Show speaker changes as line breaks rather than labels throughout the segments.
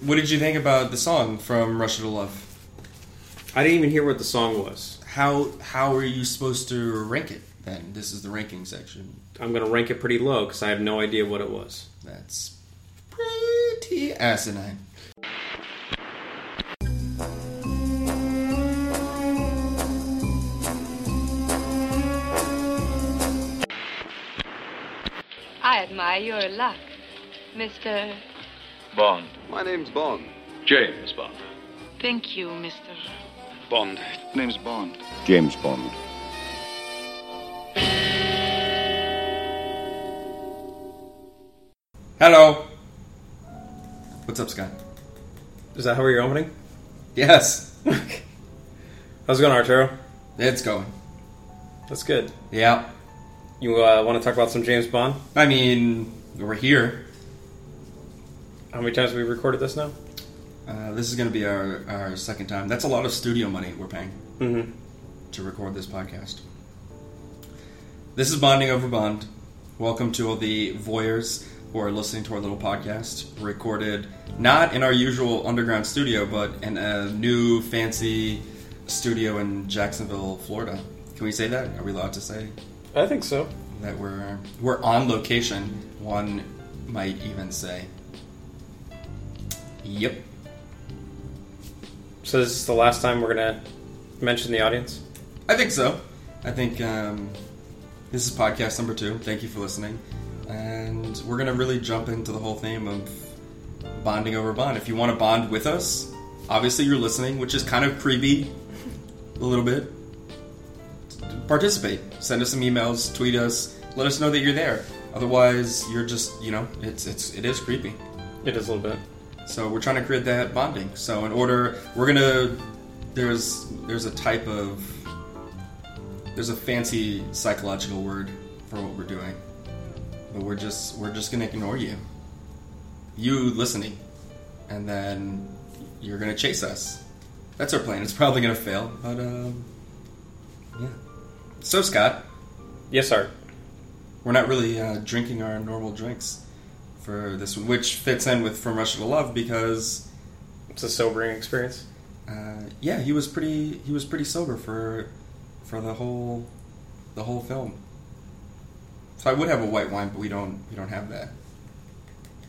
what did you think about the song from Russia to Love?
I didn't even hear what the song was.
How how are you supposed to rank it? Then this is the ranking section.
I'm gonna rank it pretty low because I have no idea what it was.
That's pretty asinine.
I admire your luck, Mr.
Bond.
My name's Bond.
James Bond.
Thank you, Mr.
Bond. Name's Bond.
James Bond.
Hello. What's up, Scott?
Is that how you're opening?
Yes,
How's it going, Arturo?
it's going.
That's good.
Yeah,
You uh, want to talk about some James Bond?
I mean we're here.
How many times have we recorded this now?
Uh, this is going to be our our second time. That's a lot of studio money we're paying
Mm-hmm.
to record this podcast. This is Bonding Over Bond. Welcome to all the voyeurs who are listening to our little podcast, recorded not in our usual underground studio, but in a new fancy studio in Jacksonville, Florida. Can we say that? Are we allowed to say
I think so.
that we're we're on location? One might even say, "Yep,
So this is the last time we're gonna mention the audience.
I think so. I think um, this is podcast number two. Thank you for listening. And we're going to really jump into the whole theme of bonding over bond. If you want to bond with us, obviously you're listening, which is kind of creepy a little bit. Participate. Send us some emails, tweet us, let us know that you're there. Otherwise, you're just, you know, it's it's it is creepy.
It is a little bit.
So we're trying to create that bonding. So in order, we're gonna there's there's a type of there's a fancy psychological word for what we're doing, but we're just we're just gonna ignore you, you listening, and then you're gonna chase us. That's our plan. It's probably gonna fail, but um, yeah. So Scott,
Yes, Art.
we're not really uh, drinking our normal drinks for this one, which fits in with From Russia to Love because.
It's a sobering experience.
uh, yeah, he was pretty he was pretty sober for for the whole the whole film. So I would have a white wine, but we don't we don't have that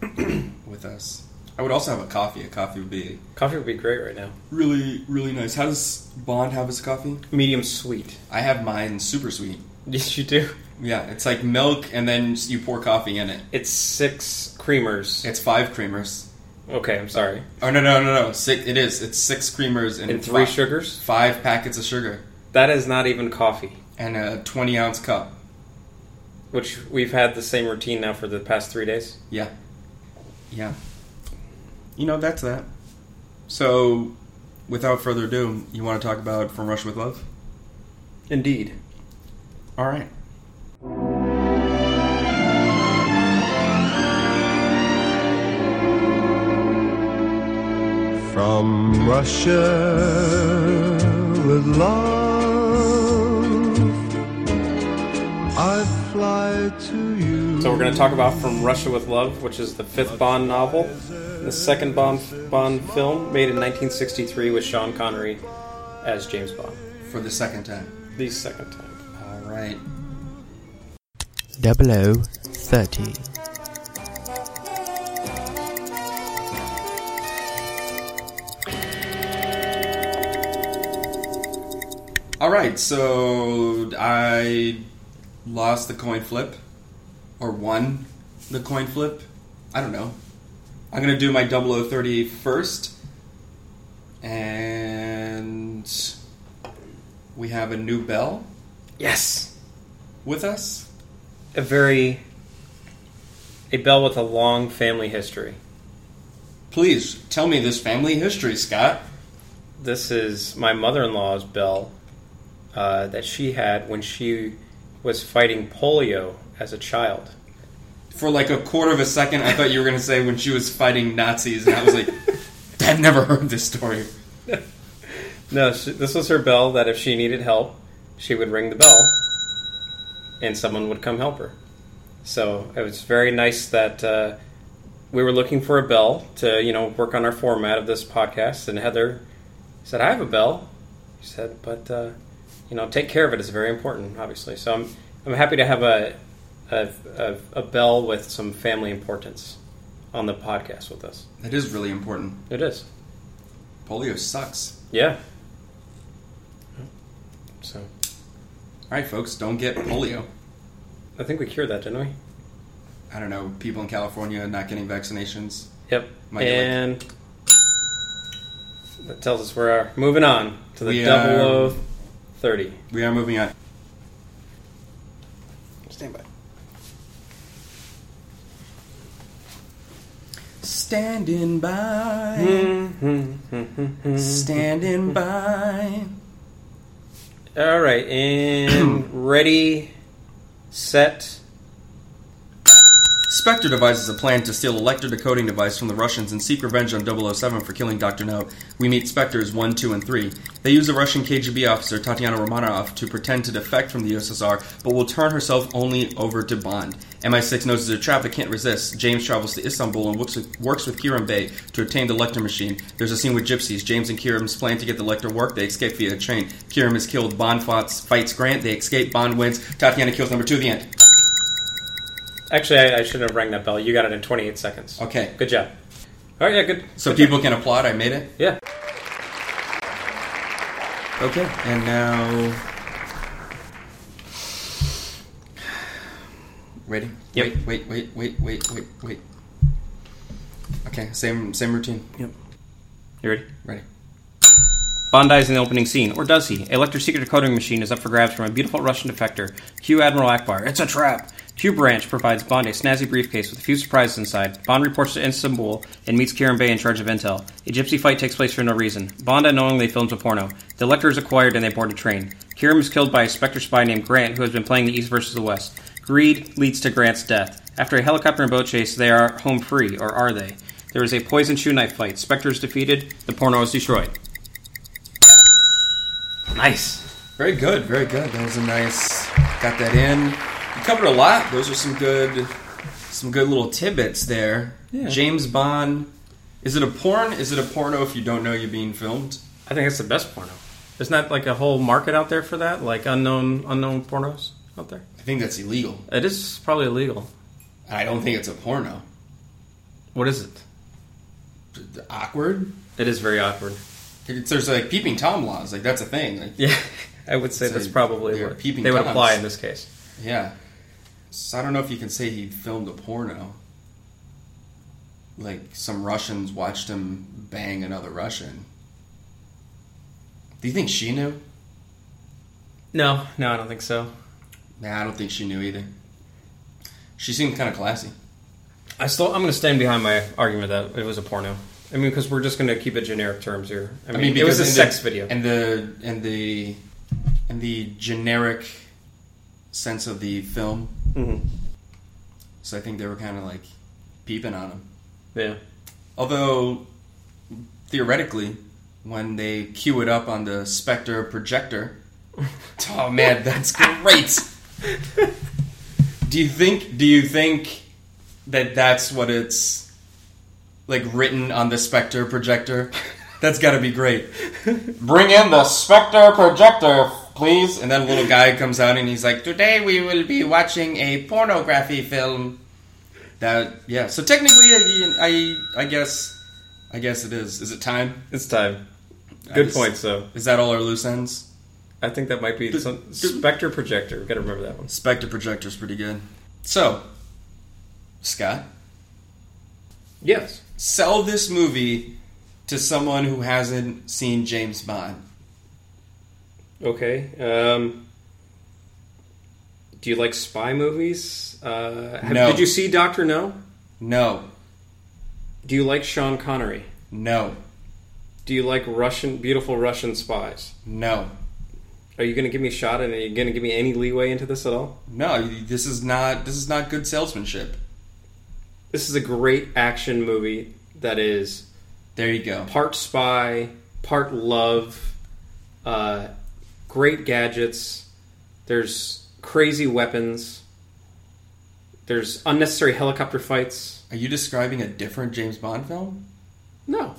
with us. I would also have a coffee. A coffee would be
Coffee would be great right now.
really really nice. How does Bond have his coffee?
Medium sweet.
I have mine super sweet.
Yes, you do.
Yeah, it's like milk and then you pour coffee in it.
It's six creamers.
It's five creamers.
Okay, I'm sorry.
Oh no no no no! Six, it is. It's six creamers and,
And three
fi-
sugars.
Five packets of sugar
That is not even coffee.
and a twenty ounce cup.
Which we've had the same routine now for the past three days.
Yeah. Yeah. You know, that's that. So, without further ado, you want to talk about From Rush with Love?
Indeed.
All right.
From Russia with love, I fly to you.
So we're going to talk about From Russia with Love, which is the fifth Bond novel, the second Bond Bond film made in 1963 with Sean Connery as James Bond.
For the second time.
The second time.
All right.
0030.
All right. So, I lost the coin flip or won the coin flip. I don't know. I'm going to do my 0030 first. And we have a new bell
Yes.
with us.
A very a bell with a long family history.
Please tell me this family history, Scott.
This is my mother-in-law's bell uh, that she had when she was fighting polio as a child.
For like a quarter of a second, I thought you were going to say when she was fighting Nazis, and I was like, I've never heard this story.
No, she, this was her bell that if she needed help, she would ring the bell and someone would come help her. So it was very nice that uh, we were looking for a bell to, you know, work on our format of this podcast, and Heather said, "I have a bell." She said, "But uh, you know, take care of it. It's very important, obviously." So I'm I'm happy to have a a, a, a bell with some family importance on the podcast with us.
That is really important.
It is,
Polio sucks.
yeah. So
All right, folks, don't get polio.
I think we cured that, didn't we?
I don't know, people in California not getting vaccinations.
Yep.
Might be
and that tells us we're moving on to the
We
double
are-
O thirty.
We are moving on.
Stand by.
Standing by.
Mm-hmm.
Standing by.
All right, and ready, set.
Spectre devises a plan to steal a lector decoding device from the Russians and seek revenge on 007 for killing Dr. No. We meet Spectres 1, 2, and 3. They use a Russian KGB officer, Tatiana Romanov, to pretend to defect from the USSR, but will turn herself only over to Bond. MI6 notices a trap but can't resist. James travels to Istanbul and works with, works with Kirim Bey to obtain the lector machine. There's a scene with gypsies. James and Kirim's plan to get the lector work. They escape via a train. Kirim is killed. Bond fights, fights Grant. They escape. Bond wins. Tatiana kills number 2 at the end.
Actually, I, I shouldn't have rang that bell. You got it in 28 seconds.
Okay.
Good job. All right, yeah, good.
So people can applaud I made it.
Yeah.
Okay, and now. Ready?
Yep.
Wait, wait, wait, wait, wait, wait, wait. Okay, same same routine.
Yep. You ready?
Ready.
Bond dies in the opening scene, or does he? A Lecter's secret decoding machine is up for grabs from a beautiful Russian defector, Q Admiral Akbar. It's a trap! Q Branch provides Bond a snazzy briefcase with a few surprises inside. Bond reports to Istanbul and meets Kieran Bay in charge of intel. A gypsy fight takes place for no reason. Bond unknowingly films a porno. The Lecter is acquired and they board a train. Kieran is killed by a Spectre spy named Grant who has been playing the East versus the West. Greed leads to Grant's death. After a helicopter and boat chase, they are home free, or are they? There is a poison shoe knife fight. Spectre is defeated. The porno is destroyed. Nice.
Very good, very good. That was a nice. Got that in. You covered a lot. Those are some good, some good little tidbits there.
Yeah.
James Bond. Is it a porn? Is it a porno if you don't know you're being filmed?
I think that's the best porno. Isn't that like a whole market out there for that? Like unknown unknown pornos out there?
I think that's illegal.
It is probably illegal.
I don't think it's a porno.
What is it?
Awkward.
It is very awkward.
It's, there's like peeping tom laws, like that's a thing. Like,
Yeah, I would say
So
that's probably
they're
what
peeping
they would
toms.
apply in this case.
yeah. So I don't know if you can say he filmed a porno. Like some Russians watched him bang another Russian. Do you think she knew?
No, no, I don't think so.
Nah, I don't think she knew either. She seemed kind of classy.
I still, I'm going to stand behind my argument that it was a porno. I mean, because we're just going to keep it generic terms here. I mean, it was a
in the-
sex video.
and the and the and the generic sense of the film.
Mhm.
So I think they were kind of like peeping on him.
Yeah.
Although theoretically, when they cue it up on the Spectre projector, oh man, that's great. do you think? Do you think that that's what it's like written on the Spectre projector? That's got to be great. Bring in the Spectre projector, please. And then a little guy comes out and he's like, "Today we will be watching a pornography film." That yeah. So technically, I, I I guess I guess it is. Is it time?
It's time.
I
Good
just-
points, though.
Is that all our loose ends?
I think that might be
Did-
some
did-
Spectre projector. We've got to remember that one.
Spectre projector's pretty good. So, Scott,
Yes.
sell this movie to someone who hasn't seen James Bond.
Okay. Um, do you like spy movies? Uh, have-
No.
Did you see Doctor No?
No,
Do you like Sean Connery?
no,
Do you like Russian beautiful Russian spies?
no,
Are you going to give me a shot? And are you going to give me any leeway into this at all?
no. This is not this is not good salesmanship.
This is a great action movie that is
There you go.
part spy, part love, uh, great gadgets. There's crazy weapons. There's unnecessary helicopter fights.
Are you describing a different James Bond film?
No.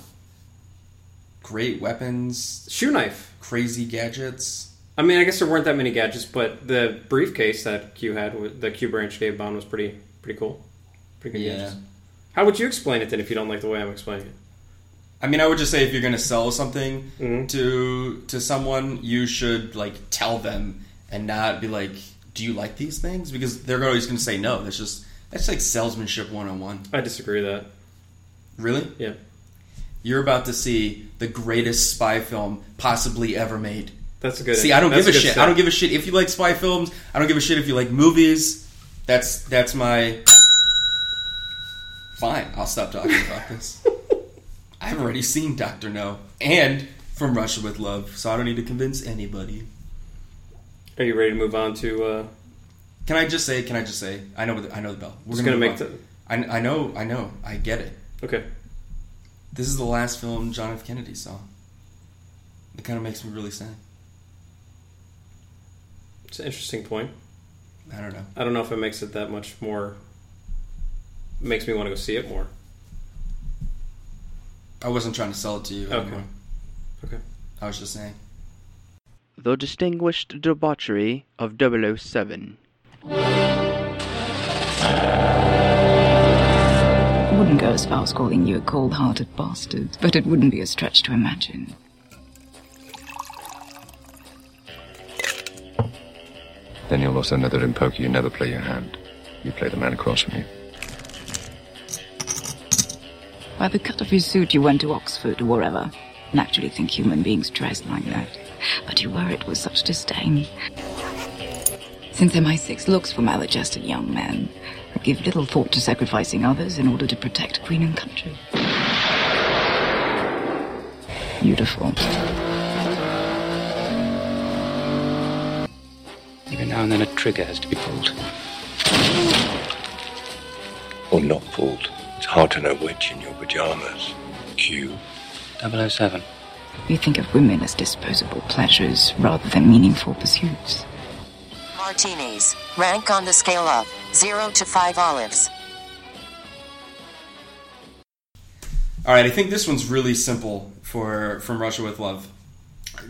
Great weapons,
Shoe knife.
crazy gadgets.
I mean, I guess there weren't that many gadgets, but the briefcase that Q had, wa- the Q branch gave Bond, was pretty pretty cool. Pretty good
Yeah.
gadgets. How would you explain it then if you don't like the way I'm explaining it?
I mean, I would just say if you're going to sell something
Mhm.
to to someone, you should like tell them and not be like, "Do you like these things?" Because they're always going to say no. That's just that's like salesmanship 101.
I disagree with that.
Really?
Yeah.
You're about to see the greatest spy film possibly ever made.
That's a good
See, I don't
that's
give a
good
shit.
set.
I don't give a shit if you like spy films. I don't give a shit if you like movies. That's that's my. Fine, I'll stop talking about this. I've already seen Doctor No and From Russia with Love, so I don't need to convince anybody.
Are you ready to move on to. Uh,
Can I just say? Can I just say? I know. what the- I know the bell. We're
just going to
move
make.
on.
The,
I, I know. I know. I get it.
okay.
This is the last film John F. Kennedy saw. It kind of makes me really sad.
It's an interesting point.
I don't know.
I don't know if it makes it that much more. Makes me want to go see it more.
I wasn't trying to sell it to you.
Okay.
anymore.
Okay.
I was just saying.
The Distinguished Debauchery of 007.
I wouldn't go as far as calling you a cold hearted bastard, but it wouldn't be a stretch to imagine.
Then you'll also know that in poker you never play your hand. You play the man across from you.
By the cut of your suit, you went to Oxford or wherever. Naturally, think human beings dressed like that. But you wear it with such disdain. Since MI6 looks for maladjusted young men, I give little thought to sacrificing others in order to protect Queen and country. Beautiful.
Every now and then a trigger has to be pulled.
Or not pulled. It's hard to know which in your pajamas. Q.
007.
You think of women as disposable pleasures rather than meaningful pursuits.
Martinis. Rank on the scale of 0 to 5 olives.
All right, I think this one's really simple for from Russia with Love.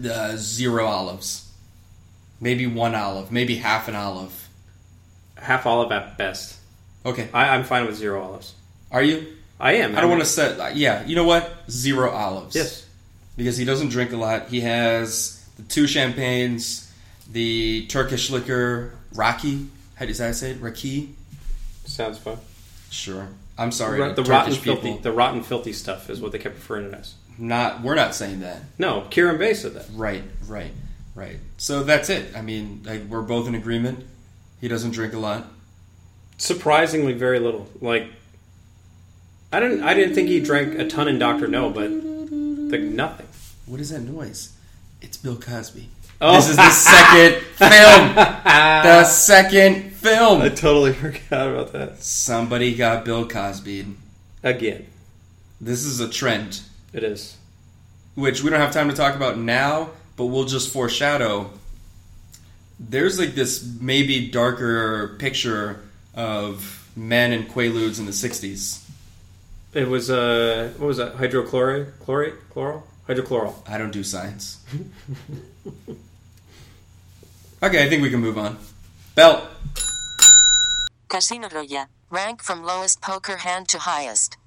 Uh, zero olives, maybe one olive, maybe half an olive.
Half olive at best.
Okay,
I, I'm fine with zero olives.
are you?
I am.
I don't want to set. Yeah, you know what? Zero olives.
Yes.
because he doesn't drink a lot. He has the two champagnes, the Turkish liquor, Rocky. How does that say it? Raki.
Sounds fun.
Sure. I'm sorry.
Ro- the
Turkish
rotten
people.
filthy, the rotten filthy stuff is what they kept referring to as.
Not. We're not saying that.
No, Kieran Bay said that.
Right, right, right. So that's it. I mean, like, we're both in agreement. He doesn't drink a lot.
Surprisingly, very little. Like, I didn't. I didn't think he drank a ton in Doctor No, but like nothing.
What is that noise? It's Bill Cosby.
Oh.
This is the second film. The second film.
totally forgot about that.
Somebody got Bill Cosby.
Again,
This is a trend,
it is.
which we don't have time to talk about now, but we'll just foreshadow. There's like this maybe darker picture of men and quaaludes in the 60s.
It was uh, what was that? Hydrochlorate, chlorate, chloral, hydrochloral.
I don't do science. okay, I think we can move on. Belt.
Casino Royale. Rank from lowest poker hand to highest.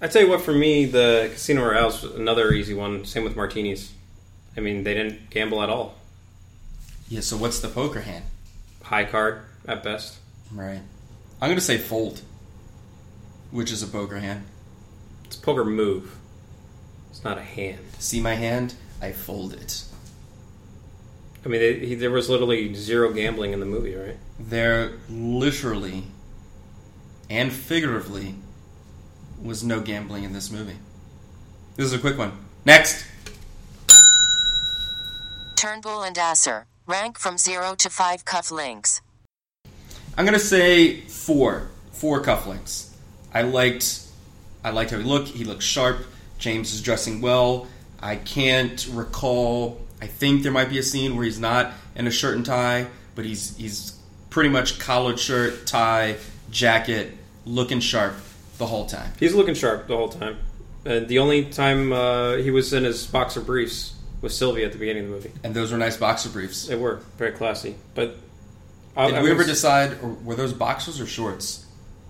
I tell you what, for me, the Casino Royale was another easy one. Same with martinis. I mean, they didn't gamble at all.
Yeah, so what's the poker hand?
High card at best.
Right. I'm going to say fold, which is a poker hand.
It's a poker move. It's not a hand.
See my hand? I fold it.
I mean, they, he, there was literally zero gambling in the movie, right?
There literally and figuratively was no gambling in this movie. This is a quick one. Next.
Turnbull and Asser. Rank from 0 to 5 cuff links.
I'm gonna say four, four cufflinks. I liked, I liked how he looked. He looked sharp. James is dressing well. I can't recall. I think there might be a scene where he's not in a shirt and tie, but he's he's pretty much collared shirt, tie, jacket, looking sharp. the whole time.
He's looking sharp the whole time. And the only time uh, he was in his boxer briefs was Sylvia at the beginning of the movie.
And those were nice boxer briefs.
They were very classy. But
Did we ever decide or were those boxers or shorts?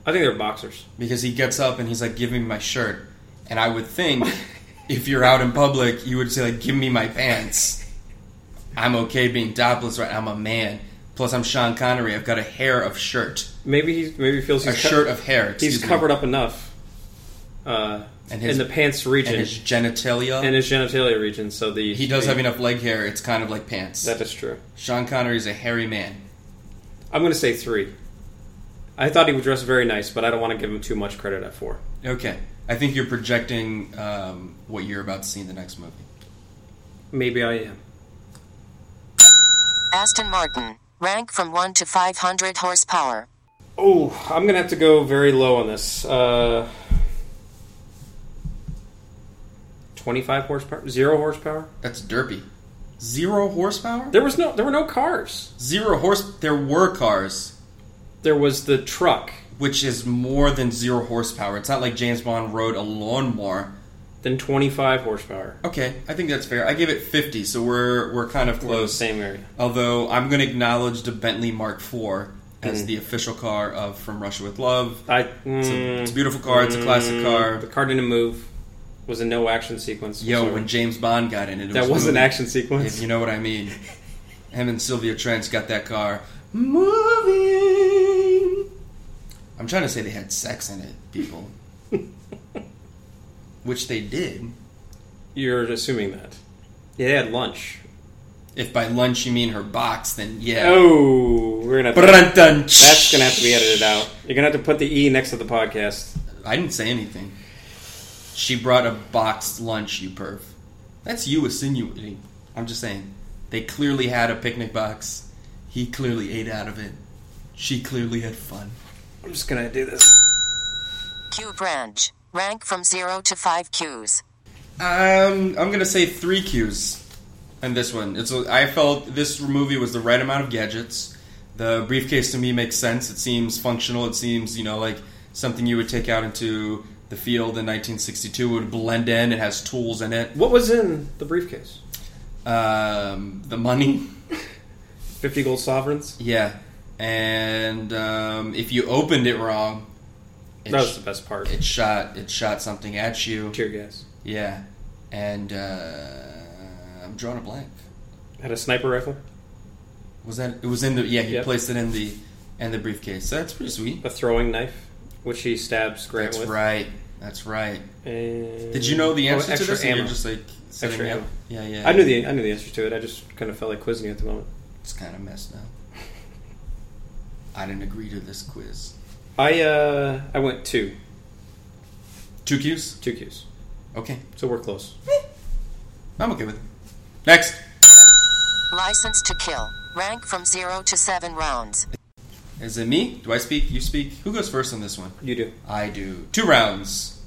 I think they're boxers.
Because he gets up and he's like, "Give me my shirt," and I would think if you're out in public, you would say like, "Give me my pants." I'm okay being topless, right? I'm a man. Plus, I'm Sean Connery. I've got a hair of shirt,
Maybe he maybe he feels
a
he's co-
shirt of hair.
he's
excuse me.
covered up enough uh,
And his-
in the pants region
and his genitalia.
and his genitalia region. So the
he does
the-
have enough leg hair. It's kind of like pants.
That is true.
Sean Connery's a hairy man.
I'm going to say three. I thought he would dress very nice, but I don't want to give him too much credit at four.
Okay, I think you're projecting um, what you're about to see in the next movie.
Maybe I am.
Aston Martin. Rank from 1 to 500 horsepower.
Oh, I'm gonna have to go very low on this. Uh, 25 horsepower, zero horsepower.
That's derpy. Zero horsepower.
There was no, there were no cars.
Zero horse. There were cars,
There was the truck,
which is more than zero horsepower. It's not like James Bond rode a lawnmower.
then 25 horsepower.
Okay, I think that's fair. I gave it 50, so we're we're kind of
We're in the
close.
same area.
Although I'm going to acknowledge the Bentley Mark IV
Mm-hmm.
as the official car of From Russia with Love.
I, mm,
It's a, it's a beautiful car. It's a classic
The
car.
car didn't move. Was a no action sequence.
Yo,
whatsoever.
when James Bond got in it, it
that
was,
was an
moving,
action
If
sequence.
you know what I mean. Him and Sylvia Trent got that car moving. I'm trying to say they had sex in it, people. Which they did.
You're assuming that. Yeah, they had lunch.
If by lunch you mean her box, then yeah.
Oh, we're gonna.
Brun dun ch-
That's gonna have to be edited out. You're gonna have to put the e next to the podcast.
I didn't say anything. She brought a boxed lunch, you perv. That's you insinuating. I'm just saying. They clearly had a picnic box. He clearly ate out of it. She clearly had fun.
I'm just gonna do this.
Q branch. Rank from 0 to 5 Qs.
Um, I'm gonna say three Qs, and this one. It's I felt this movie was the right amount of gadgets. The briefcase to me makes sense. It seems functional. It seems you know like something you would take out into the field in 1962 It would blend in. It has tools in it.
What was in the briefcase?
Um, the money,
50 gold sovereigns?
yeah, and um, if you opened it wrong, it,
That was
sh-
the best part.
it shot it shot something at you.
Tear gas.
Yeah, and uh, I'm drawing a blank.
Had a sniper rifle?
Was that it? Was in the yeah? He
Yep.
placed it in the in the briefcase. So that's pretty sweet.
A throwing knife, which he stabs Grant
That's
with.
right. That's right.
And-
Did you know the
Oh,
answer to
extra
this? or
ammo.
You're just like setting
Extra
me up?
ammo.
Yeah, yeah.
I knew the I knew the answer to it. I just kind of felt like quizzing you at the moment.
It's kind of messed up. I didn't agree to this quiz.
I uh I went two
Two Qs.
two Qs,
Okay,
so we're close.
I'm okay with it. Next.
License to kill. Rank from 0 to 7 rounds.
Is it me? Do I speak? You speak? Who goes first on this one?
You do.
I do. Two rounds.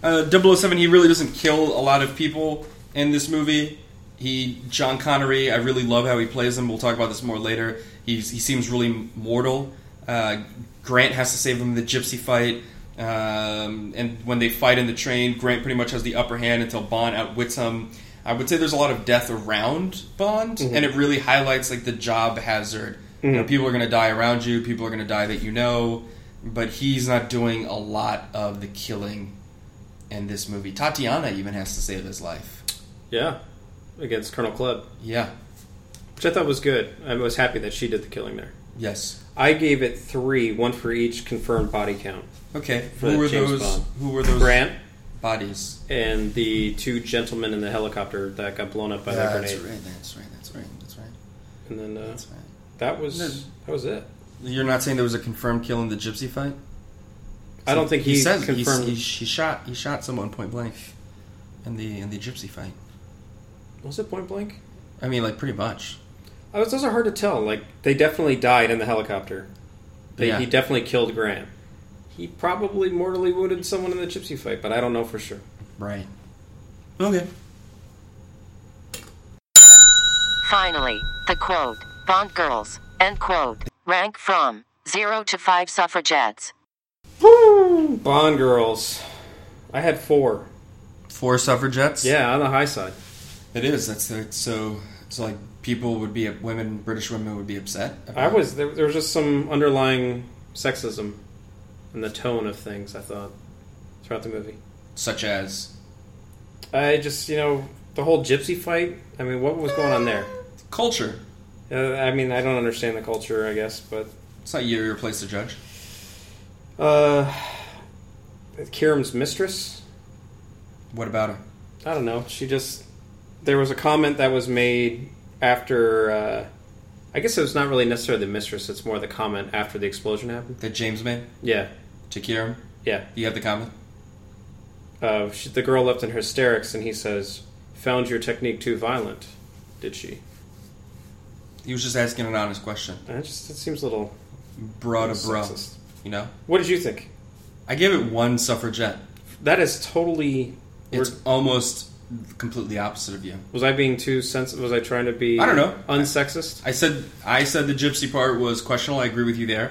Uh, 007, he really doesn't kill a lot of people in this movie. He, John Connery, I really love how he plays him. We'll talk about this more later. He's, he seems really mortal. Uh, Grant has to save him in the gypsy fight. Um, and when they fight in the train, Grant pretty much has the upper hand until Bond outwits him. I would say there's a lot of death around Bond, and it really highlights like the job hazard. You know, people are going to die around you. People are going to die that you know, but he's not doing a lot of the killing in this movie. Tatiana even has to save his life.
Yeah, against Colonel Club,
Yeah.
which I thought was good. I was happy that she did the killing there.
Yes.
I gave it three, one for each confirmed body count.
Okay.
the
who were
James
those?
Bond.
Who were those
Grant
bodies?
and the two gentlemen in the helicopter that got blown up by that
that's
grenade.
right. That's right. That's right. That's right.
And then uh,
That's right.
that was
There's-
that was it.
You're not saying there was a confirmed kill in the gypsy fight?
I don't think he,
says he's-
confirmed.
he, he shot he shot someone point blank in the in the gypsy fight.
was it point blank?
I mean, like pretty much.
I was, those are hard to tell. Like they definitely died in the helicopter. They,
Yeah.
He definitely killed Grant. He probably mortally wounded someone in the gypsy fight, but I don't know for sure.
Right. Okay.
Finally, the quote. Bond girls. End quote. Rank from 0 to 5 suffragettes.
Woo! Bond girls. I had four.
Four suffragettes.
Yeah, on the high side.
It is. That's the, so. So like people would be women. British women would be upset.
I was there, there was just some underlying sexism in the tone of things. I thought throughout the movie.
Such as
I just you know the whole gypsy fight. I mean, what was going on there?
culture.
Uh, I mean, I don't understand the culture. I guess, but
It's not your, your place to judge.
uh, Kiram's mistress.
What about her?
I don't know. She just there was a comment that was made after. Uh, I guess it was not really necessarily the mistress. It's more the comment after the explosion happened.
That James made
Yeah,
to Kieran.
yeah.
You have the comment.
Uh, she, the girl left in hysterics, and he says, "Found your technique too violent, did she?"
He was just asking an honest question.
And it just it seems a little.
Bra to bra.
Sexist.
You know.
What did you think?
I gave it one suffragette.
That is totally.
It's almost completely opposite of you.
Was I being too sensitive? Was I trying to be?
I don't know.
Unsexist.
I said I said the gypsy part was questionable. I agree with you there.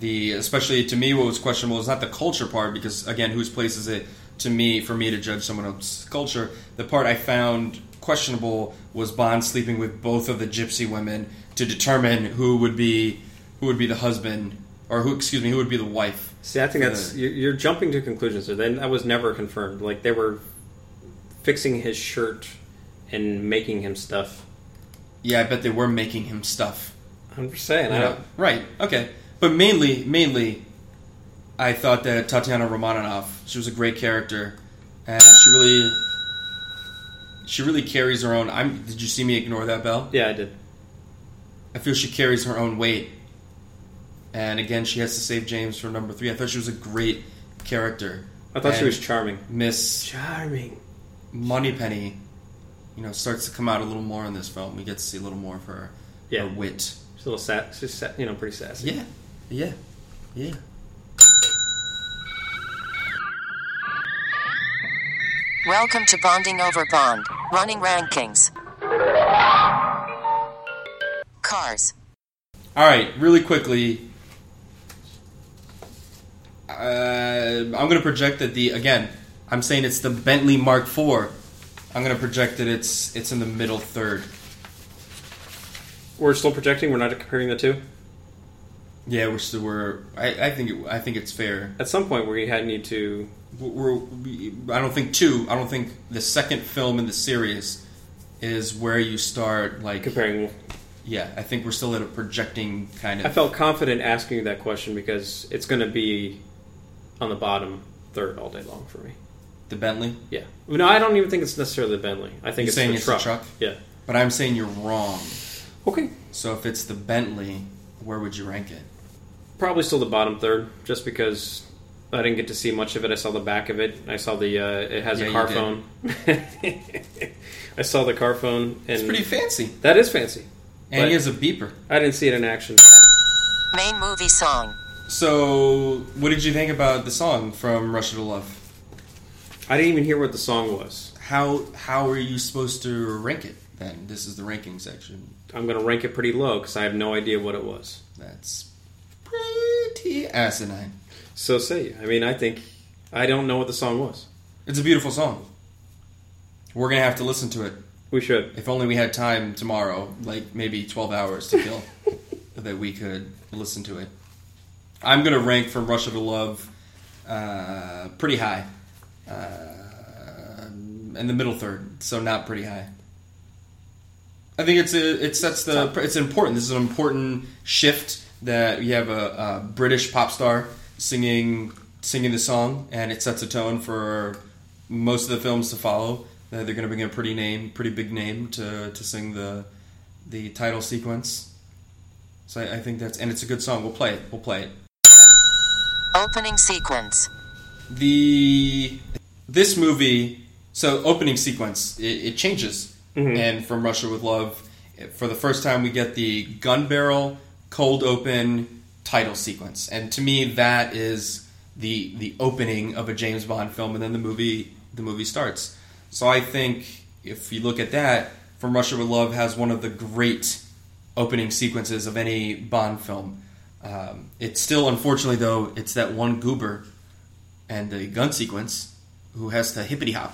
The especially to me, what was questionable is not the culture part because again, whose place is it to me for me to judge someone else's culture? The part I found questionable was Bond sleeping with both of the gypsy women to determine who would be who would be the husband or who excuse me who would be the wife.
See, I think that's you're, you're jumping to conclusions. there. Then that was never confirmed. Like they were fixing his shirt and making him stuff.
Yeah, I bet they were making him stuff.
I'm just saying. I
Yeah.
don't,
Right. Okay. But mainly, mainly, I thought that Tatiana Romanoff, she was a great character, and she really, she really carries her own. I'm. Did you see me ignore that bell?
yeah, I did.
I feel she carries her own weight, and again, she has to save James for number three. I thought she was a great character.
I thought she
And
was charming.
Miss
Charming.
Moneypenny, you know, starts to come out a little more in this film. We get to see a little more of her,
Yeah.
her wit.
She's a little sass. She's sa- you know pretty sassy.
Yeah, yeah, yeah.
Welcome to Bonding Over Bond, running rankings. Cars.
All right, really quickly. Uh, I'm going to project that the again. I'm saying it's the Bentley Mark IV. I'm going to project that it's it's in the middle third.
We're still projecting. We're not comparing the two.
Yeah, which the we're I, I think it, I think it's fair.
At some point, we had need to.
We're, we, I don't think two. I don't think the second film in the series is where you start like
Comparing.
Yeah, I think we're still at a projecting kind of.
I felt confident asking you that question because it's going to be on the bottom third all day long for me.
the Bentley,
Yeah. No, I don't even think it's necessarily the Bentley. I
You're
think it's
saying
the
it's the
truck.
truck?
Yeah.
but I'm saying you're wrong.
Okay.
So if it's the Bentley, where would you rank it?
Probably still the bottom third, just because I didn't get to see much of it. I saw the back of it. I saw the uh, it has
Yeah,
a
you
car
did.
phone. I saw the car phone, and
It's pretty fancy.
that is fancy.
And
But
he has a beeper.
I didn't see it in action.
Main movie song.
So, what did you think about the song from Russia to Love?
I didn't even hear what the song was.
How how are you supposed to rank it then? This is the ranking section.
I'm going to rank it pretty low because I have no idea what it was.
That's pretty asinine.
So say, you. I mean, I think I don't know what the song was.
It's a beautiful song. We're gonna have to listen to it.
We should.
If only we had time tomorrow, like maybe twelve hours to kill, that we could listen to it. I'm gonna rank from Russia to Love uh, pretty high, uh, in the middle third, so not pretty high. I think it's a, it sets the it's important. This is an important shift that you have a, a British pop star singing singing the song, and it sets a tone for most of the films to follow. That they're going to bring a pretty name, pretty big name to to sing the the title sequence. So I, I think that's and it's a good song. We'll play it. We'll play it.
Opening sequence.
the this movie so opening sequence it, it changes and from russia with love for the first time we get the gun barrel cold open title sequence and to me that is the the opening of a james bond film and then the movie the movie starts so i think if you look at that from russia with love has one of the great opening sequences of any bond film Um, it's still, unfortunately, though, it's that one goober and the gun sequence who has to hippity hop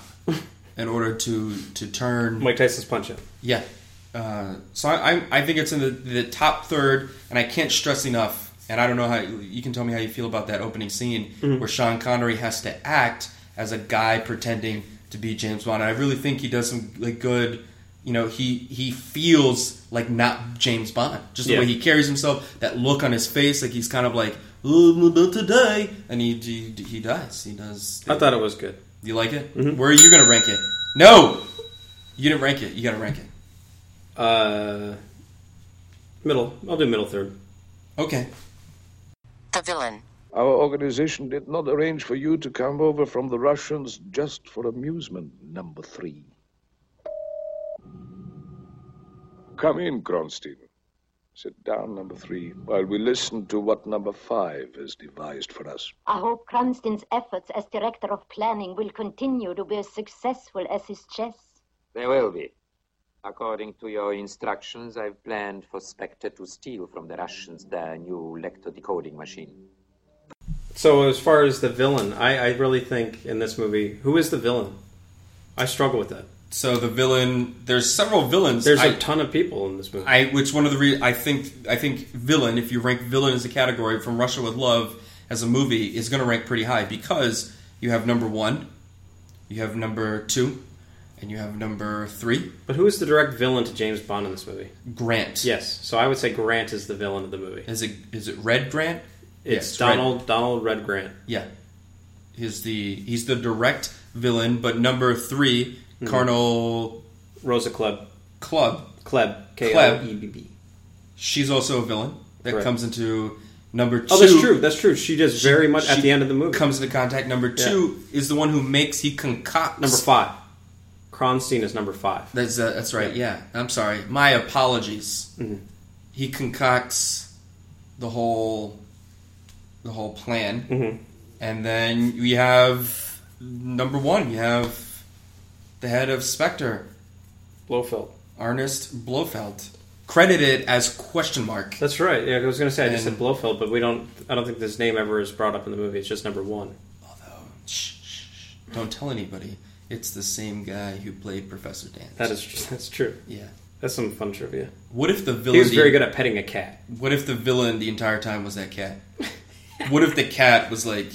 in order to to turn
Mike Tyson's punch it.
Yeah. Uh, so I, I, I think it's in the, the top third, and I can't stress enough. And I don't know how you can tell me how you feel about that opening scene
Mhm.
where Sean Connery has to act as a guy pretending to be James Bond. And I really think he does some like good. You know, he he feels like not James Bond. Just the
Yeah.
way he carries himself, that look on his face, like he's kind of like "Oh, I'm about to die," and he he, he dies. He does.
I thought it was good.
You like it?
Mhm.
Where are you gonna rank it? No, you didn't rank it. You gotta rank it.
Uh, middle. I'll do middle third.
Okay.
The villain.
Our organization did not arrange for you to come over from the Russians just for amusement, number three. Come in, Kronstein. Sit down, number three, while we listen to what number five has devised for us.
I hope Cranston's efforts as director of planning will continue to be as successful as his chess.
They will be. According to your instructions, I've planned for Spectre to steal from the Russians their new lecto decoding machine.
So as far as the villain, I, I really think in this movie, who is the villain? I struggle with that.
So the villain, there's several villains.
There's
I-
a ton of people in this movie.
I, which one of the re- I think I think villain. If you rank villain as a category from Russia with Love as a movie, is going to rank pretty high because you have number one, you have number two, and you have number three.
But who is the direct villain to James Bond in this movie?
Grant.
Yes. So I would say Grant is the villain of the movie.
Is it is it Red Grant?
It's
Yes, Red.
Donald Donald Red Grant.
Yeah, he's the he's the direct villain, but number 3
Mhm.
Colonel
Rosa Club
Club
Kleb K
Kleb.
L E B B.
She's also a villain that
Correct.
comes into number two.
Oh, that's true. That's true. She does very much at
she
the end of the movie.
Comes into contact. Number
Yeah.
two is the one who makes he concocts.
Number five. Kronstein is number five.
That's uh, that's right. Yeah. I'm sorry. My apologies.
Mm-hmm.
He concocts the whole the whole plan,
Mhm.
and then we have number one. You have the head of Spectre,
Blofeld.
Ernest Blofeld, credited as question mark.
That's right. Yeah, I was going to say I just
And-
said Blofeld, but we don't. I don't think this name ever is brought up in the movie. It's just number one.
Shh, shh, shh. Don't tell anybody. It's the same guy who played Professor Dan.
That is that's true.
Yeah.
That's some fun trivia.
What if the villain?
He was very good at petting a cat.
What if the villain the entire time was that cat? what if the cat was like?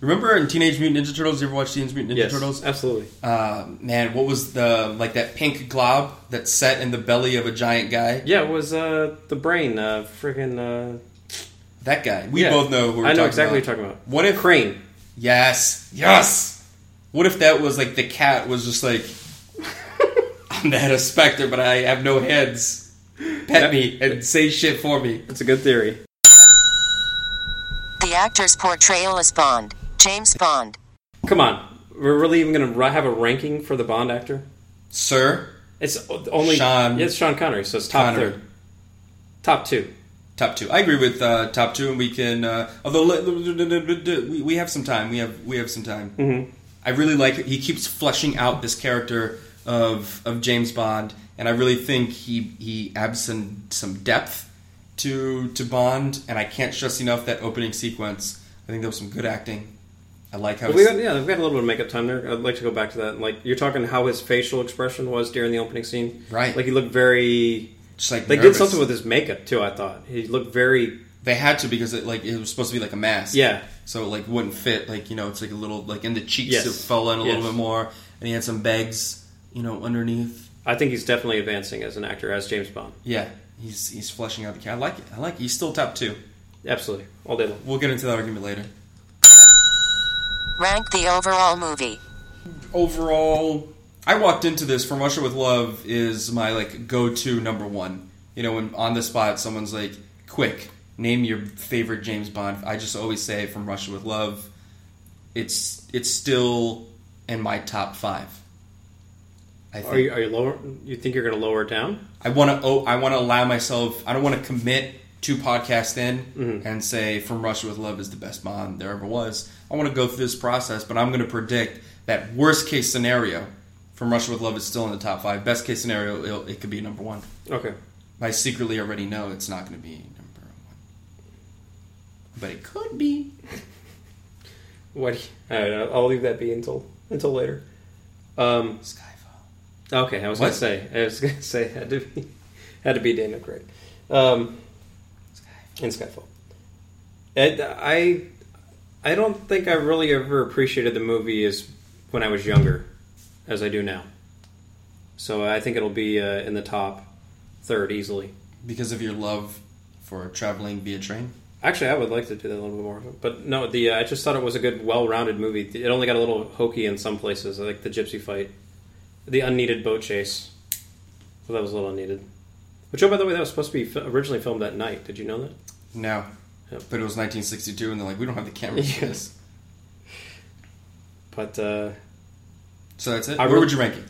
Remember in Teenage Mutant Ninja Turtles? You ever watch Teenage Mutant Ninja
Yes,
Turtles?
absolutely.
Uh, man, what was the like that pink glob that sat in the belly of a giant guy?
Yeah, it was uh, the brain. Uh, friggin' uh,
That guy. We
Yeah.
both know who we're
I
talking
know exactly
about.
what you're talking about.
What if
Crane?
Yes, yes. What if that was like the cat was just like I'm the head of Spectre, but I have no heads. Pet me and say shit for me.
That's a good theory.
The actor's portrayal as Bond. James Bond.
Come on, we're really even going to have a ranking for the Bond actor?
Sir
It's o- only
Sean-
Yeah, it's Sean Connery, so it's top
Connery.
third, top two.
Top two. I agree with uh, top two, and we can. Uh, although let- we we have some time, we have we have some time.
Mhm.
I really like. He keeps fleshing out this character of of James Bond, and I really think he he adds some some depth to to Bond. And I can't stress enough that opening sequence. I think there was some good acting. I like how.
We
it's-
got, yeah, we've got a little bit of makeup time there. I'd like to go back to that. Like you're talking how his facial expression was during the opening scene,
Right.
Like he looked very.
Just like
They did
nervous.
something with his makeup too. I thought he looked very
They had to because it like it was supposed to be like a mask.
Yeah.
So it, like wouldn't fit. Like you know, it's like a little like in the cheeks
Yes.
it fell in a little
Yes.
bit more, and he had some bags, you know, underneath.
I think he's definitely advancing as an actor, as James Bond.
Yeah, he's he's fleshing out the cat. I like it. I like. It. He's still top two.
Absolutely, all day long.
We'll get into that argument later.
Rank the overall movie.
Overall, I walked into this from Russia with Love is my like go to number one. You know, when on the spot someone's like, "Quick, name your favorite James Bond." I just always say from Russia with Love. It's it's still in my top five. I
Are you are you lower? You think you're going to lower it down?
I want to. Oh, I want to allow myself. I don't want to commit to podcast in and say "From Russia with Love" is the best Bond there ever was. I want to go through this process, but I'm going to predict that worst case scenario, "From Russia with Love" is still in the top five. Best case scenario, it'll, it could be number one.
Okay.
I secretly already know it's not going to be number one. but it could be.
What? I don't know. I'll leave that be until until later. Um, Skyfall. Okay, I was gonna
What?
say. I was gonna say had to be had to be Daniel Craig. Um, in Skyfall. And I I don't think I really ever appreciated the movie as when I was younger, as I do now. So I think it'll be uh, in the top third easily.
Because of your love for traveling via train?
Actually, I would like to do that a little bit more. But no, the uh, I just thought it was a good, well-rounded movie. It only got a little hokey in some places, like the gypsy fight, the unneeded boat chase. Well, that was a little unneeded. Which, oh, by the way, that was supposed to be fi- originally filmed at night. Did you know that?
No. But it was 1962, and they're like, we don't have the cameras for this.
But uh,
so that's it.
I
Where
will-
would you rank it?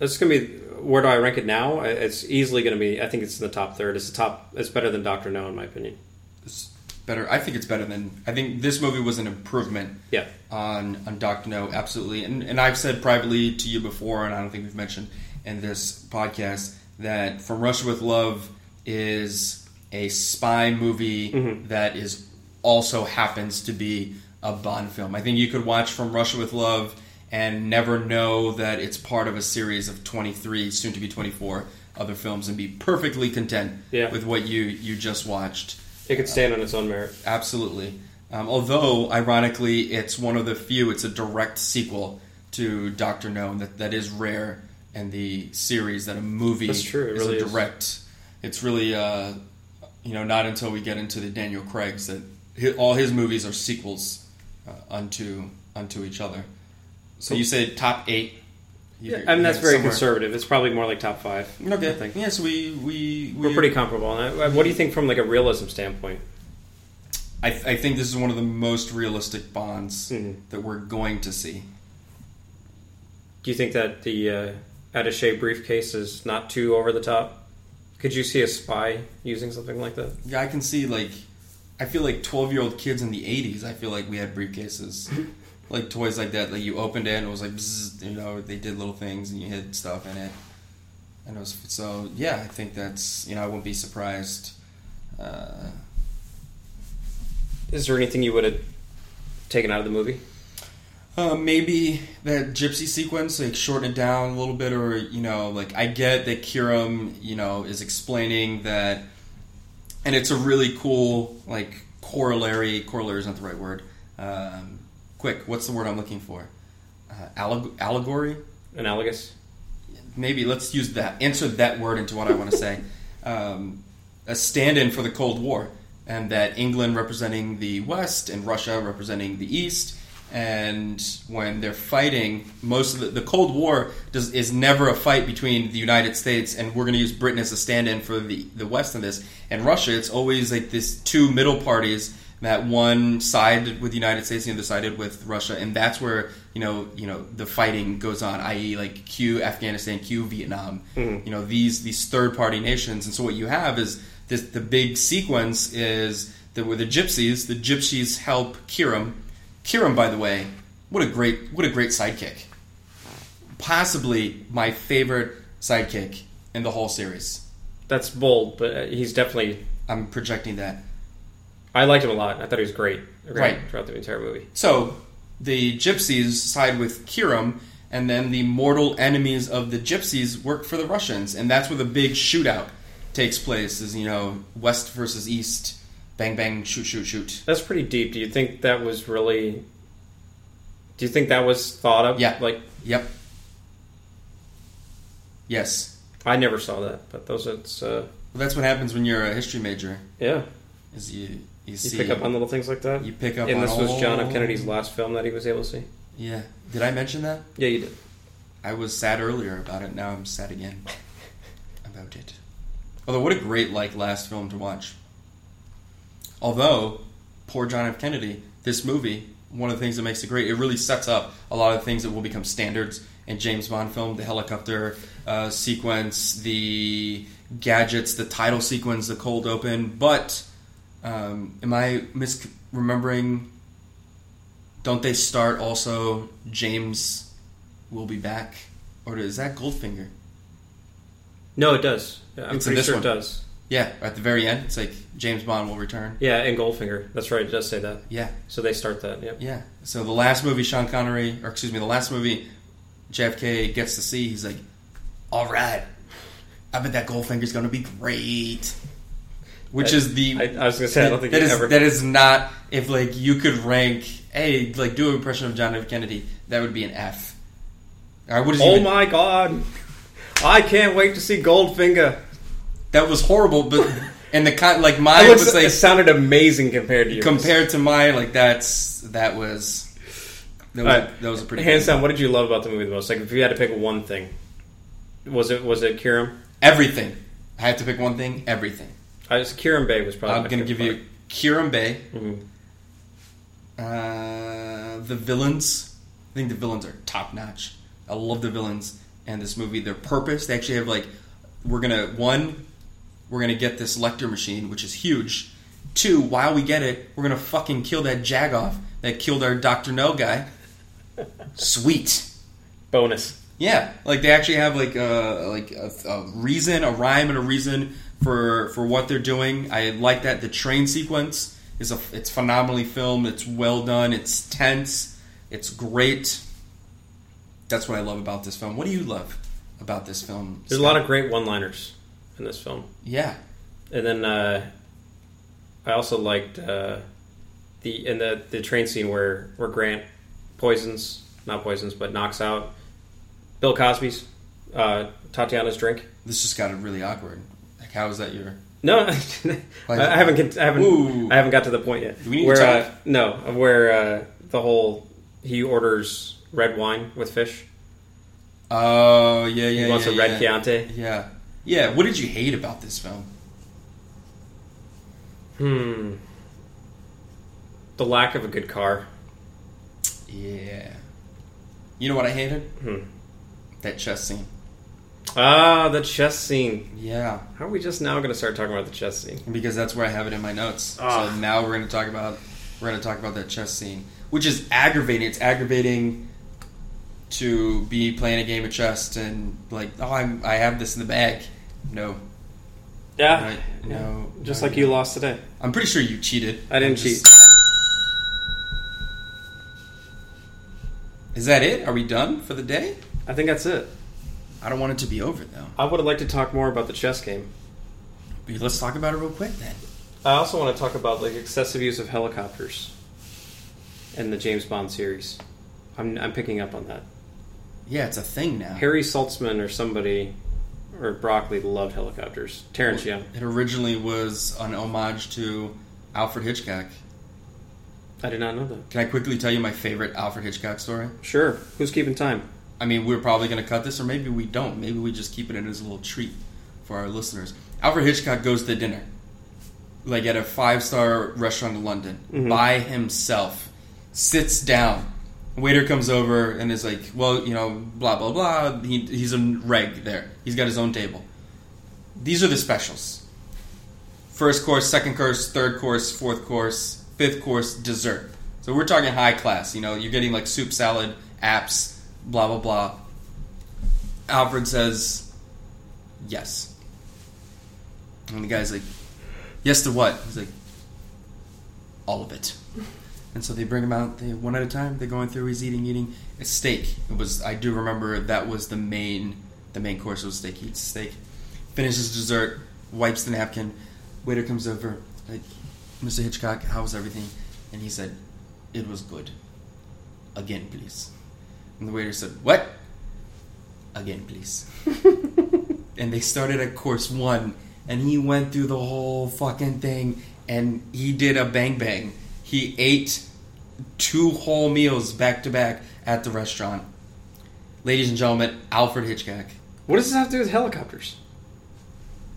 It's gonna be. Where do I rank it now? I- It's easily gonna be. I think it's in the top third. It's the top. It's better than Doctor No, in my opinion.
It's better. I think it's better than. I think this movie was an improvement.
Yeah.
On on Doctor No, absolutely. And and I've said privately to you before, and I don't think we've mentioned in this podcast that From Russia with Love is a spy movie
Mhm.
that is also happens to be a Bond film. I think you could watch From Russia with Love and never know that it's part of a series of 23, soon to be 24 other films and be perfectly content
Yeah.
with what you you just watched.
It could stand on its own merit.
Absolutely. Um, although, ironically, it's one of the few. It's a direct sequel to Doctor No, and that that is rare in the series. That a movie
That's true, it
is
really
a
is.
direct. It's really, uh, you know, not until we get into the Daniel Craig's that hi all his movies are sequels uh, unto unto each other. So you say top eight. You-
Yeah, I mean that's very
somewhere-
conservative. It's probably more like top five.
Okay.
I think.
Yes, we we
We're pretty comparable on that. What do you think from like a realism standpoint?
I, I think this is one of the most realistic bonds
Mm-hmm.
that we're going to see.
Do you think that the uh, attaché briefcase is not too over the top? Could you see a spy using something like that?
Yeah, I can see like I feel like twelve year old kids in the eighties. I feel like we had briefcases, like toys like that. Like you opened it and it was like bzzz, you know they did little things and you hid stuff in it. And it was so yeah. I think that's you know I wouldn't be surprised. Uh,
Is there anything you would have taken out of the movie?
Uh, maybe that gypsy sequence, like shorten it down a little bit, or you know, like I get that Kiram, you know, is explaining that, and it's a really cool like corollary. Corollary is not the right word. Um, quick, what's the word I'm looking for? Uh, alleg- allegory
Analogous.
maybe let's use that answer that word into what I want to say. Um, a stand-in for the Cold War, and that England representing the West and Russia representing the East. And when they're fighting, most of the, the Cold War does, is never a fight between the United States and we're going to use Britain as a stand-in for the the West in this. And Russia, it's always like this two middle parties that one sided with the United States and the other sided with Russia, and that's where you know you know the fighting goes on, i.e., like Q Afghanistan, Q Vietnam,
Mhm.
you know these these third party nations, and so what you have is this the big sequence is that with the gypsies, the gypsies help Kiram. Kiram, by the way, what a great what a great sidekick, possibly my favorite sidekick in the whole series.
That's bold, but uh, he's definitely.
I'm projecting that.
I liked him a lot. I thought he was great. great
Right.
throughout the entire movie.
So the gypsies side with Kiram, and then the mortal enemies of the gypsies work for the Russians, and that's where the big shootout takes place. Is you know West versus East, bang bang, shoot shoot shoot.
That's pretty deep. Do you think that was really? Do you think that was thought of?
Yeah.
Like
Yep. Yes.
I never saw that, but those it's uh,
Well, that's what happens when you're a history major.
yeah.
Is you you
You
see
pick up on little things like that.
you pick up
and
on
this was John F.
all-
Kennedy's last film that he was able to see.
Yeah. Did I mention that?
Yeah, you did.
I was sad earlier about it. Now I'm sad again about it. Although, what a great like last film to watch. Although, poor John F. Kennedy, this movie, one of the things that makes it great, it really sets up a lot of things that will become standards in James Bond film: the helicopter uh, sequence, the gadgets, the title sequence, the cold open. But um, am I misremembering? Don't they start also James will be back, or is that Goldfinger?
No, it does. Yeah, I'm
It's in
pretty
this
sure
one.
it does.
Yeah, at the very end, it's like James Bond will return.
Yeah, and Goldfinger. That's right. It does say that.
Yeah.
So they start that. Yep.
Yeah. So the last movie Sean Connery, or excuse me, the last movie JFK gets to see, he's like, "All right, I bet that Goldfinger's going to be great." Which
I-
is the
I- I was gonna say, I don't think
that
you
is
ever-
that is not if like you could rank hey like do an impression of John F Kennedy that would be an F. I would.
Oh my god! I can't wait to see Goldfinger.
That was horrible, but and the kind like mine
It looks-
was, like
it sounded amazing compared to yours.
compared to mine like that's that was that was,
Alright.
that was a pretty
hands
good
down. What did you love about the movie the most? Like, if you had to pick one thing, was it was it Kiram?
Everything. I have to pick one thing. Everything.
I was Kiram Bay was probably.
I'm
my
gonna give
favorite
you Kiram Bay.
Mhm.
Uh, the villains. I think the villains are top notch. I love the villains and this movie. Their purpose. They actually have like, we're gonna one, we're gonna get this Lecter machine, which is huge. Two, while we get it, we're gonna fucking kill that Jagoff that killed our Doctor No guy. Sweet.
bonus.
Yeah, like they actually have like a like a, a reason, a rhyme, and a reason for for what they're doing. I like that the train sequence is a it's phenomenally filmed. It's well done. It's tense. It's great. That's what I love about this film. What do you love about this film?
There's a lot of great one-liners in this film.
Yeah.
and then uh, I also liked uh, the in the the train scene where where Grant poisons, not poisons, but knocks out Bill Cosby's uh, Tatiana's drink.
This just got really awkward. Like, how is that your?
No, I I haven't. cont- I haven't.
Ooh.
I haven't got to the point yet.
Do we need to
where,
talk?
Uh, no, where uh, the whole he orders red wine with fish.
Oh yeah, yeah.
He wants
yeah,
a red
yeah.
Chianti.
Yeah, yeah. What did you hate about this film?
Hmm. The lack of a good car.
Yeah. You know what I hated?
Hmm.
That chess scene.
Ah, the chess scene.
Yeah.
How are we just now going to start talking about the chess scene?
because that's where I have it in my notes.
Ah.
So now we're going to talk about we're going to talk about that chess scene, which is aggravating. It's aggravating to be playing a game of chess and like, oh, I'm I have this in the bag. No,
Yeah.
Right, no,
Ah. Just
no,
like
no.
you lost today.
I'm pretty sure you cheated.
I didn't
I'm just-
cheat.
Is that it? Are we done for the day?
I think that's it.
I don't want it to be over though.
I would have liked to talk more about the chess game.
But let's talk about it real quick then.
I also want to talk about like excessive use of helicopters in the James Bond series. I'm, I'm picking up on that.
Yeah, it's a thing now.
Harry Saltzman or somebody or Broccoli loved helicopters. Terrence Young.
It originally was an homage to Alfred Hitchcock.
I did not know that.
Can I quickly tell you my favorite Alfred Hitchcock story?
Sure. Who's keeping time?
I mean, we're probably going to cut this, or maybe we don't. Maybe we just keep it in as a little treat for our listeners. Alfred Hitchcock goes to dinner, like at a five star restaurant in London,
Mhm.
by himself, sits down. Waiter comes over and is like, well, you know, blah, blah, blah. He, he's a reg there, he's got his own table. These are the specials first course, second course, third course, fourth course, fifth course, dessert. So we're talking high class. You know, you're getting like soup, salad, apps, blah blah blah. Alfred says, "Yes," and the guy's like, "Yes to what?" He's like, "All of it." And so they bring him out. They one at a time. They're going through. He's eating, eating a steak. It was. I do remember that was the main. The main course was steak. He eats steak, finishes dessert, wipes the napkin. Waiter comes over. Like, Mr. Hitchcock, how was everything? And he said, "It was good." Again, please. And the waiter said, "What?" Again, please. and they started at course one, and he went through the whole fucking thing, and he did a bang bang. He ate two whole meals back to back at the restaurant. Ladies and gentlemen, Alfred Hitchcock.
What does this have to do with helicopters?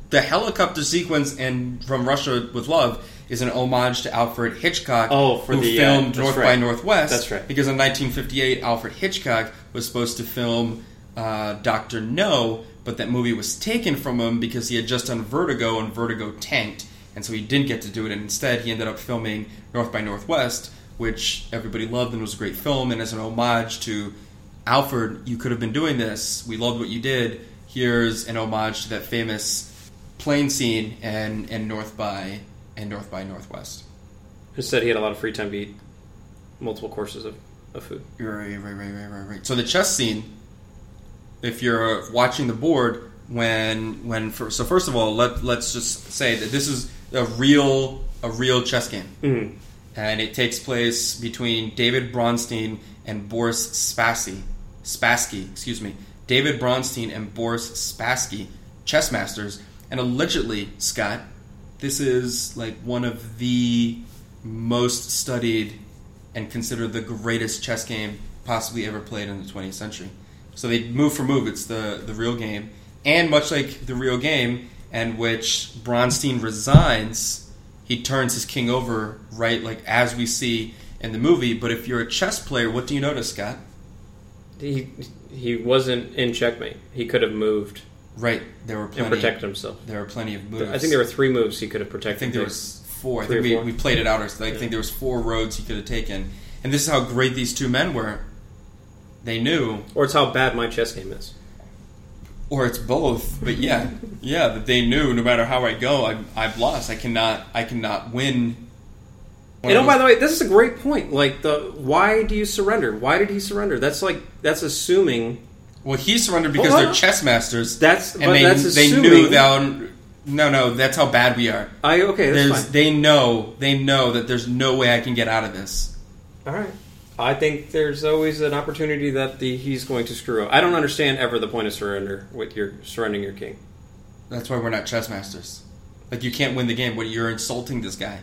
The helicopter sequence in From Russia with Love is an homage to Alfred Hitchcock,
Oh, for
who
the, uh,
filmed
that's
North by
right.
Northwest.
That's right.
Because in 1958, Alfred Hitchcock was supposed to film uh, Doctor No, but that movie was taken from him because he had just done Vertigo and Vertigo tanked, and so he didn't get to do it. And instead, he ended up filming North by Northwest, which everybody loved and was a great film. And as an homage to Alfred, you could have been doing this. We loved what you did. Here's an homage to that famous plane scene and and North by and North by Northwest.
Who said he had a lot of free time to eat multiple courses of, of food?
Right, right, right, right, right, right. So the chess scene, if you're watching the board, when when for, so first of all, let let's just say that this is a real a real chess game,
Mhm.
and it takes place between David Bronstein and Boris Spassky. Spassky, excuse me, David Bronstein and Boris Spassky, chess masters, and allegedly Scott, this is like one of the most studied and considered the greatest chess game possibly ever played in the 20th century. So they move for move. It's the, the real game. And much like the real game, and which Bronstein resigns, he turns his king over, right, like as we see in the movie. But if you're a chess player, what do you notice, Scott?
He he wasn't in checkmate. He could have moved.
Right. There were plenty,
and protected himself.
There were plenty of moves.
I think there were three moves he could have
I
protected.
think there was four. I think
Three
we,
or four.
we played it out. Or, I
Yeah.
think there was four roads he could have taken. And this is how great these two men were. They knew,
or it's how bad my chess game is.
or it's both. But yeah, yeah, that they knew. No matter how I go, I, I've lost. I cannot. I cannot win.
You know, oh, by the way, this is a great point. Like the why do you surrender? Why did he surrender? That's like that's assuming.
Well, he surrendered because
Hold
they're
on.
chess masters.
That's-
and
but
they
that's
they knew
assuming-
that. No, no, that's how bad we are.
I okay. That's
There's-
fine.
They know. They know that there's no way I can get out of this.
All right. I think there's always an opportunity that the he's going to screw up. I don't understand ever the point of surrender with your surrendering your king.
That's why we're not chess masters. Like you can't win the game, but you're insulting this guy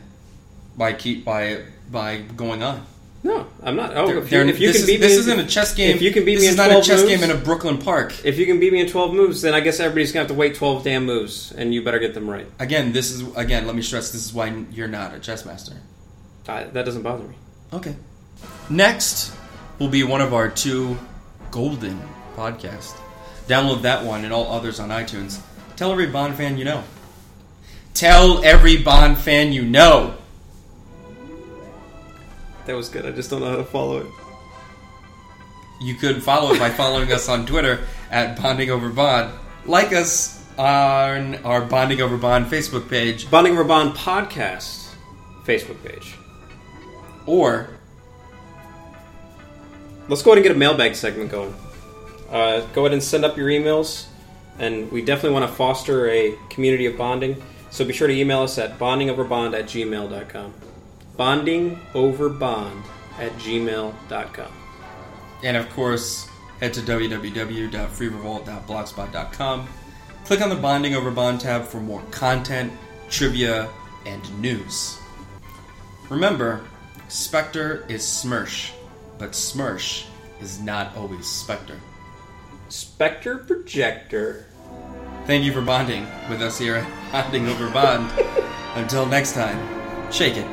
by keep by by going on.
No, I'm not. Oh,
They're-
if you,
they're-
if you
this
can
is-
beat
this
me,
isn't a chess game.
If you can beat
This
me
is
in
not a
12
chess
moves-
game in a Brooklyn park.
If you can beat me in 12 moves, then I guess everybody's gonna have to wait 12 damn moves, and you better get them right.
Again, this is again. Let me stress: this is why you're not a chess master.
I, that doesn't bother me.
Okay. Next will be one of our two golden podcasts. Download that one and all others on iTunes. Tell every Bond fan you know. Tell every Bond fan you know.
That was good. I just don't know how to follow it.
You could follow it by following us on Twitter at Bonding Over Bond. Like us on our Bonding Over Bond Facebook page.
Bonding Over Bond podcast Facebook page.
Or
Let's go ahead and get a mailbag segment going. Uh, go ahead and send up your emails, and we definitely want to foster a community of bonding. So be sure to email us at bondingoverbond at gmail.com. Bondingoverbond at gmail.com.
And of course, head to www.freerevolt.blogspot.com. Click on the Bonding Over Bond tab for more content, trivia, and news. Remember, Spectre is Smirsh, but Smirsh is not always Spectre.
Spectre Projector.
Thank you for bonding with us here at Bonding Over Bond. Until next time, shake it,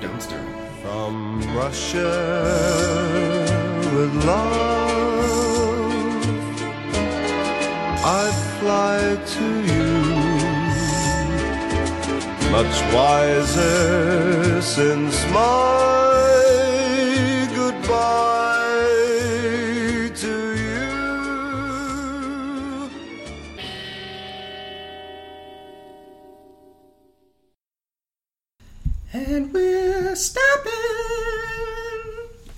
don't stir it.
From Russia with love, I fly to you. Much wiser since my goodbye to you.
And we're stopping.